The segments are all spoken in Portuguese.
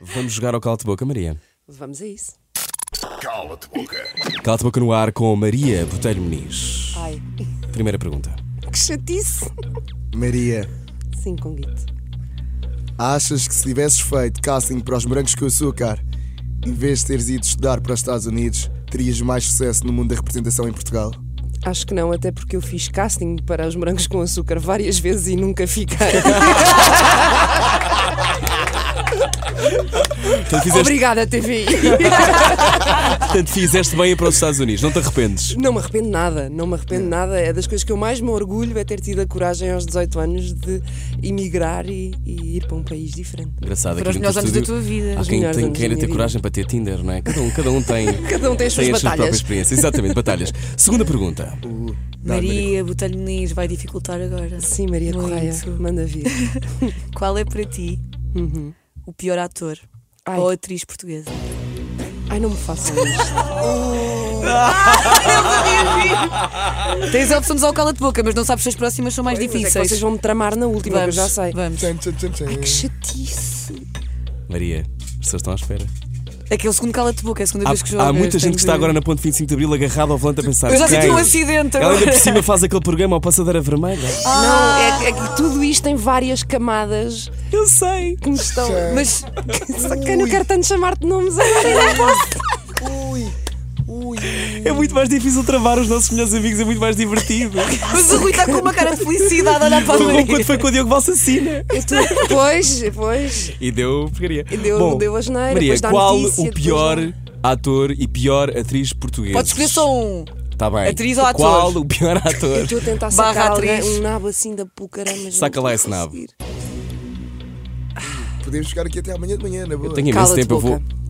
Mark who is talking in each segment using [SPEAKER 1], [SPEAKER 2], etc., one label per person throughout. [SPEAKER 1] Vamos jogar ao Cala-te Boca, Maria.
[SPEAKER 2] Vamos a isso.
[SPEAKER 3] Cala-te boca.
[SPEAKER 1] Cala-te Boca no ar com Maria Botelho Muniz.
[SPEAKER 2] Ai,
[SPEAKER 1] Primeira pergunta.
[SPEAKER 2] que chatice.
[SPEAKER 4] Maria,
[SPEAKER 2] Sim, Conguito.
[SPEAKER 4] achas que se tivesses feito casting para os brancos com açúcar, em vez de teres ido estudar para os Estados Unidos, terias mais sucesso no mundo da representação em Portugal?
[SPEAKER 2] Acho que não, até porque eu fiz casting para os morangos com açúcar várias vezes e nunca fiquei.
[SPEAKER 1] Portanto, fizeste,
[SPEAKER 2] Obrigada, TVI.
[SPEAKER 1] portanto, fizeste bem para os Estados Unidos, não te arrependes.
[SPEAKER 2] Não me arrependo nada, não me arrependo nada. É das coisas que eu mais me orgulho é ter tido a coragem aos 18 anos de emigrar e, e ir para um país diferente.
[SPEAKER 1] Engraçado.
[SPEAKER 5] Foram os
[SPEAKER 1] aqui no
[SPEAKER 5] melhores anos da
[SPEAKER 1] estúdio,
[SPEAKER 5] tua vida.
[SPEAKER 1] Há
[SPEAKER 2] Os
[SPEAKER 1] quem
[SPEAKER 2] melhores
[SPEAKER 1] tem
[SPEAKER 2] anos
[SPEAKER 1] que ainda
[SPEAKER 2] da
[SPEAKER 1] ter
[SPEAKER 2] minha
[SPEAKER 1] coragem para ter Tinder, não é? Cada um, cada um tem,
[SPEAKER 2] Cada um tem as suas
[SPEAKER 1] tem as suas próprias
[SPEAKER 2] batalhas.
[SPEAKER 1] experiências. Exatamente, batalhas. Segunda pergunta.
[SPEAKER 4] Dá,
[SPEAKER 5] Maria Botelho Muniz vai dificultar agora.
[SPEAKER 2] Sim, Maria
[SPEAKER 5] Muito.
[SPEAKER 2] Correia, manda vir.
[SPEAKER 5] Qual é para ti o pior ator
[SPEAKER 2] Uhum. Ai.
[SPEAKER 5] ou atriz portuguesa?
[SPEAKER 2] Ai, não me façam isto.
[SPEAKER 5] Tens a opção de usar o cala-de-boca, mas não sabes se as próximas são mais
[SPEAKER 2] Mas é que
[SPEAKER 5] difíceis.
[SPEAKER 2] vocês vão me tramar na última, que eu
[SPEAKER 5] Vamos,
[SPEAKER 2] já sei.
[SPEAKER 5] Vamos.
[SPEAKER 4] Tchan, tchan, tchan, tchan.
[SPEAKER 2] Que chatice.
[SPEAKER 1] Maria, as pessoas estão à espera.
[SPEAKER 5] Aquele segundo cala-de-boca, é a segunda vez que
[SPEAKER 1] Há,
[SPEAKER 5] joga.
[SPEAKER 1] há muita
[SPEAKER 5] Tens
[SPEAKER 1] gente que está
[SPEAKER 5] de-
[SPEAKER 1] agora na ponte 25 de Abril agarrada ao volante a pensar.
[SPEAKER 5] Eu já
[SPEAKER 1] "Quem?
[SPEAKER 5] senti um acidente
[SPEAKER 1] Ela ainda
[SPEAKER 5] agora.
[SPEAKER 1] por cima faz aquele programa ao Passadeira Vermelha.
[SPEAKER 2] Não, é, é que tudo isto tem várias camadas
[SPEAKER 1] Eu sei.
[SPEAKER 2] que me estão.
[SPEAKER 5] Mas
[SPEAKER 2] Só que eu não quero tanto chamar-te nomes agora.
[SPEAKER 4] Ui, ui.
[SPEAKER 1] É muito mais difícil travar os nossos melhores amigos, é muito mais divertido.
[SPEAKER 5] mas o Rui está com uma cara de felicidade a olhar para a
[SPEAKER 1] Foi como quando
[SPEAKER 5] Maria.
[SPEAKER 1] foi com o Diogo Valsacina.
[SPEAKER 2] pois, pois.
[SPEAKER 1] E deu porcaria.
[SPEAKER 2] deu-
[SPEAKER 1] Bom,
[SPEAKER 2] deu a geneira,
[SPEAKER 1] Maria,
[SPEAKER 2] depois dá
[SPEAKER 1] qual
[SPEAKER 2] notícia,
[SPEAKER 1] o
[SPEAKER 2] depois
[SPEAKER 1] pior ator e pior atriz portuguesa?
[SPEAKER 5] Podes escolher só um.
[SPEAKER 1] Tá bem.
[SPEAKER 5] atriz ou ator?
[SPEAKER 1] Qual o pior ator?
[SPEAKER 2] Estou a tentar
[SPEAKER 5] Barra
[SPEAKER 2] sacar alguém,
[SPEAKER 5] atriz.
[SPEAKER 2] um nabo assim da pucara, mas não
[SPEAKER 1] Saca lá esse
[SPEAKER 2] estou a
[SPEAKER 1] nabo.
[SPEAKER 2] conseguir.
[SPEAKER 4] Podemos ficar aqui até amanhã de manhã, na boa.
[SPEAKER 1] Tenho imenso
[SPEAKER 2] Cala-te
[SPEAKER 1] tempo, eu vou.
[SPEAKER 2] boca.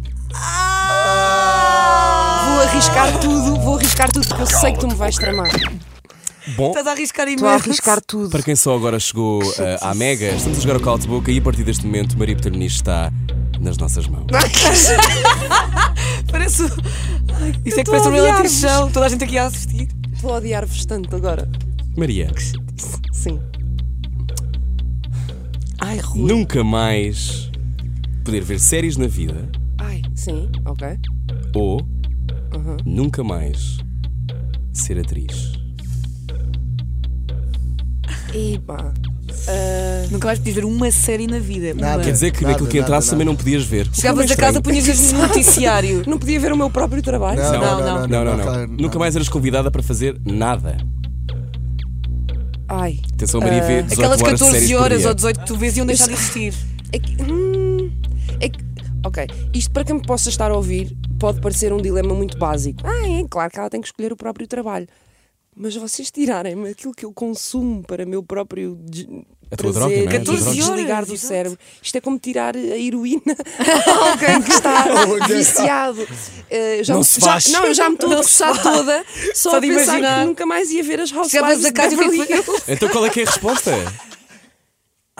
[SPEAKER 2] Vou arriscar tudo, vou arriscar tudo porque eu sei que tu me vais tramar.
[SPEAKER 1] Bom,
[SPEAKER 5] Estás a arriscar
[SPEAKER 2] Estou a
[SPEAKER 5] imenso.
[SPEAKER 2] arriscar tudo.
[SPEAKER 1] para quem só agora chegou uh, à Mega, estamos a jogar o Call de Boca e a partir deste momento Maria Petronis está nas nossas mãos.
[SPEAKER 5] Parece. Ai, Isso é que
[SPEAKER 2] estou
[SPEAKER 5] parece
[SPEAKER 2] a
[SPEAKER 5] um reality
[SPEAKER 2] odiar-vos.
[SPEAKER 5] show. Toda a gente aqui a assistir.
[SPEAKER 2] Vou odiar-vos tanto agora.
[SPEAKER 1] Maria,
[SPEAKER 2] Sim. Ai, Rui.
[SPEAKER 1] nunca mais poder ver séries na vida
[SPEAKER 2] Ai, sim, ok.
[SPEAKER 1] ou nunca mais ser atriz.
[SPEAKER 2] Epá.
[SPEAKER 5] Nunca vais poder ver uma série na vida.
[SPEAKER 4] Nada.
[SPEAKER 5] Uma.
[SPEAKER 1] Quer dizer que
[SPEAKER 4] Nada,
[SPEAKER 1] naquilo que
[SPEAKER 4] nada,
[SPEAKER 1] entrasse
[SPEAKER 4] nada.
[SPEAKER 1] também não podias ver.
[SPEAKER 5] Chegavas a casa,
[SPEAKER 1] Estranho.
[SPEAKER 5] punhas isso no noticiário.
[SPEAKER 2] Não podia ver o meu próprio trabalho.
[SPEAKER 4] Não,
[SPEAKER 1] Não,
[SPEAKER 4] não, não.
[SPEAKER 1] Não, não, não.
[SPEAKER 4] claro,
[SPEAKER 1] Nunca mais eras convidada para fazer nada.
[SPEAKER 2] Ai.
[SPEAKER 1] Atenção, Maria vê 18
[SPEAKER 5] Ah, Aquelas
[SPEAKER 1] horas de
[SPEAKER 5] 14
[SPEAKER 1] séries por
[SPEAKER 5] horas
[SPEAKER 1] dia.
[SPEAKER 5] ou 18 que tu vês iam deixar de existir.
[SPEAKER 2] É que, hum, é que- ok, isto para quem me possa estar a ouvir pode parecer um dilema muito básico. Ah, é claro que ela tem que escolher o próprio trabalho. Mas vocês tirarem-me aquilo que eu consumo para meu próprio des-
[SPEAKER 1] A tua
[SPEAKER 2] prazer,
[SPEAKER 1] droga, não é? A tua
[SPEAKER 2] 14
[SPEAKER 1] droga.
[SPEAKER 2] desligar do
[SPEAKER 5] Exato.
[SPEAKER 2] cérebro. Isto é como tirar a heroína a alguém que está viciado. Eh,
[SPEAKER 1] Oh,
[SPEAKER 2] já
[SPEAKER 1] Não
[SPEAKER 2] me-
[SPEAKER 1] se
[SPEAKER 2] já-
[SPEAKER 1] faz.
[SPEAKER 2] não, eu já me estou a coçar toda só,
[SPEAKER 5] Só
[SPEAKER 2] a
[SPEAKER 5] de
[SPEAKER 2] pensar
[SPEAKER 5] imaginar.
[SPEAKER 2] que nunca mais ia ver as
[SPEAKER 5] Chegavas
[SPEAKER 2] Housewives
[SPEAKER 5] a
[SPEAKER 2] de
[SPEAKER 5] casa e
[SPEAKER 2] Beverly
[SPEAKER 5] pensas-
[SPEAKER 2] Hills.
[SPEAKER 1] Então qual é que é a resposta?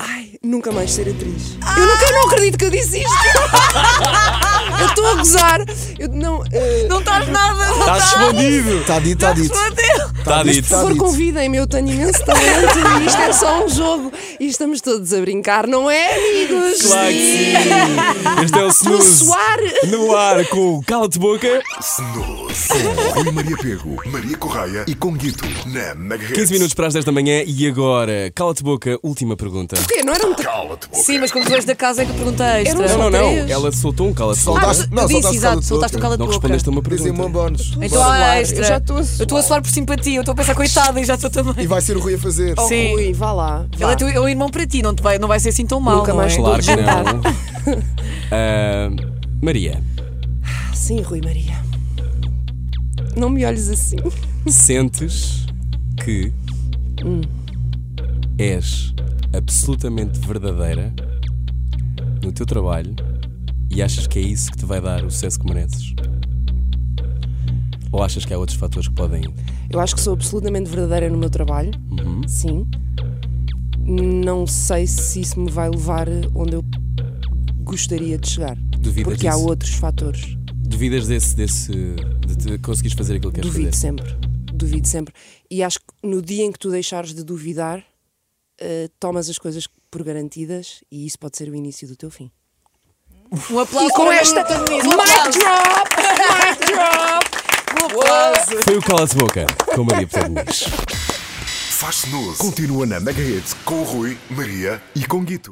[SPEAKER 2] Ai, nunca mais ser atriz. Eu nunca eu não acredito que eu disse isto. eu estou a gozar. Eu não. eh,
[SPEAKER 5] Não estás nada, não
[SPEAKER 1] Está
[SPEAKER 5] estás.
[SPEAKER 1] respondido!
[SPEAKER 4] Está Tá dito, está dito.
[SPEAKER 1] Está Tá dito.
[SPEAKER 2] por favor,
[SPEAKER 4] dito.
[SPEAKER 2] convidem-me, eu tenho imenso talento e isto é só um jogo. E estamos todos a brincar, não é, amigos?
[SPEAKER 1] Claro que sim! Este é o
[SPEAKER 2] Vou
[SPEAKER 1] Snooze
[SPEAKER 2] suar.
[SPEAKER 1] no ar com o Cala de Boca.
[SPEAKER 3] Snooze. Com Rui Maria Pego, Maria Correia e Conguito na Mega
[SPEAKER 1] 15 minutos para as 10 da manhã e agora, Cala de Boca, última pergunta.
[SPEAKER 2] Quê? Não era um tra...
[SPEAKER 3] Cala-te boca.
[SPEAKER 5] Sim, mas quando tu és da casa é que eu pergunto a extra.
[SPEAKER 2] Era um
[SPEAKER 1] Não, não, não.
[SPEAKER 2] três.
[SPEAKER 1] Ela soltou um Cala de Boca.
[SPEAKER 4] Soltaste-
[SPEAKER 5] Tu
[SPEAKER 4] não,
[SPEAKER 5] disse,
[SPEAKER 4] soltaste
[SPEAKER 5] exato,
[SPEAKER 4] o
[SPEAKER 5] soltaste
[SPEAKER 4] cala-de-boca.
[SPEAKER 5] o cala de
[SPEAKER 1] Não
[SPEAKER 5] boca.
[SPEAKER 1] respondeste a uma
[SPEAKER 4] Dizem um
[SPEAKER 1] pergunta.
[SPEAKER 4] bónus.
[SPEAKER 5] Então
[SPEAKER 4] Bora.
[SPEAKER 5] a
[SPEAKER 2] Eu
[SPEAKER 5] extra.
[SPEAKER 2] já estou a suar.
[SPEAKER 5] Eu estou a suar por simpatia, eu estou a pensar, coitada, e já estou também.
[SPEAKER 4] E vai ser o Rui a fazer.
[SPEAKER 2] Oh,
[SPEAKER 5] Sim.
[SPEAKER 2] Rui, vá lá. vá.
[SPEAKER 5] Ele é, teu, é um irmão para ti, não, te vai, não vai ser assim tão mal.
[SPEAKER 2] Nunca mais
[SPEAKER 5] não é?
[SPEAKER 1] Claro que não. Ah, Maria,
[SPEAKER 2] Sim, Rui Maria. Não me olhes assim.
[SPEAKER 1] sentes que és absolutamente verdadeira no teu trabalho e achas que é isso que te vai dar o sucesso que mereces? Ou achas que há outros fatores que podem.
[SPEAKER 2] Eu acho que sou absolutamente verdadeira no meu trabalho.
[SPEAKER 1] Uhum.
[SPEAKER 2] Sim. Não sei se isso me vai levar onde eu gostaria de chegar.
[SPEAKER 1] Duvidas
[SPEAKER 2] porque há
[SPEAKER 1] disso?
[SPEAKER 2] outros fatores.
[SPEAKER 1] Duvidas desse. desse de te conseguires fazer aquilo que queres
[SPEAKER 2] Duvido
[SPEAKER 1] fazer?
[SPEAKER 2] sempre. Duvido sempre. E acho que no dia em que tu deixares de duvidar, eh, tomas as coisas por garantidas e isso pode ser o início do teu fim.
[SPEAKER 5] Um aplauso
[SPEAKER 2] E com
[SPEAKER 5] para
[SPEAKER 2] esta
[SPEAKER 5] Nuno Toniz. Um
[SPEAKER 2] mic
[SPEAKER 5] aplauso.
[SPEAKER 2] drop, mic drop.
[SPEAKER 5] Um aplauso.
[SPEAKER 1] Foi o Cala-te Boca, com Maria Pernambuco.
[SPEAKER 3] Faz snooze. Continua na Mega Hits com o Rui, Maria e com Guito.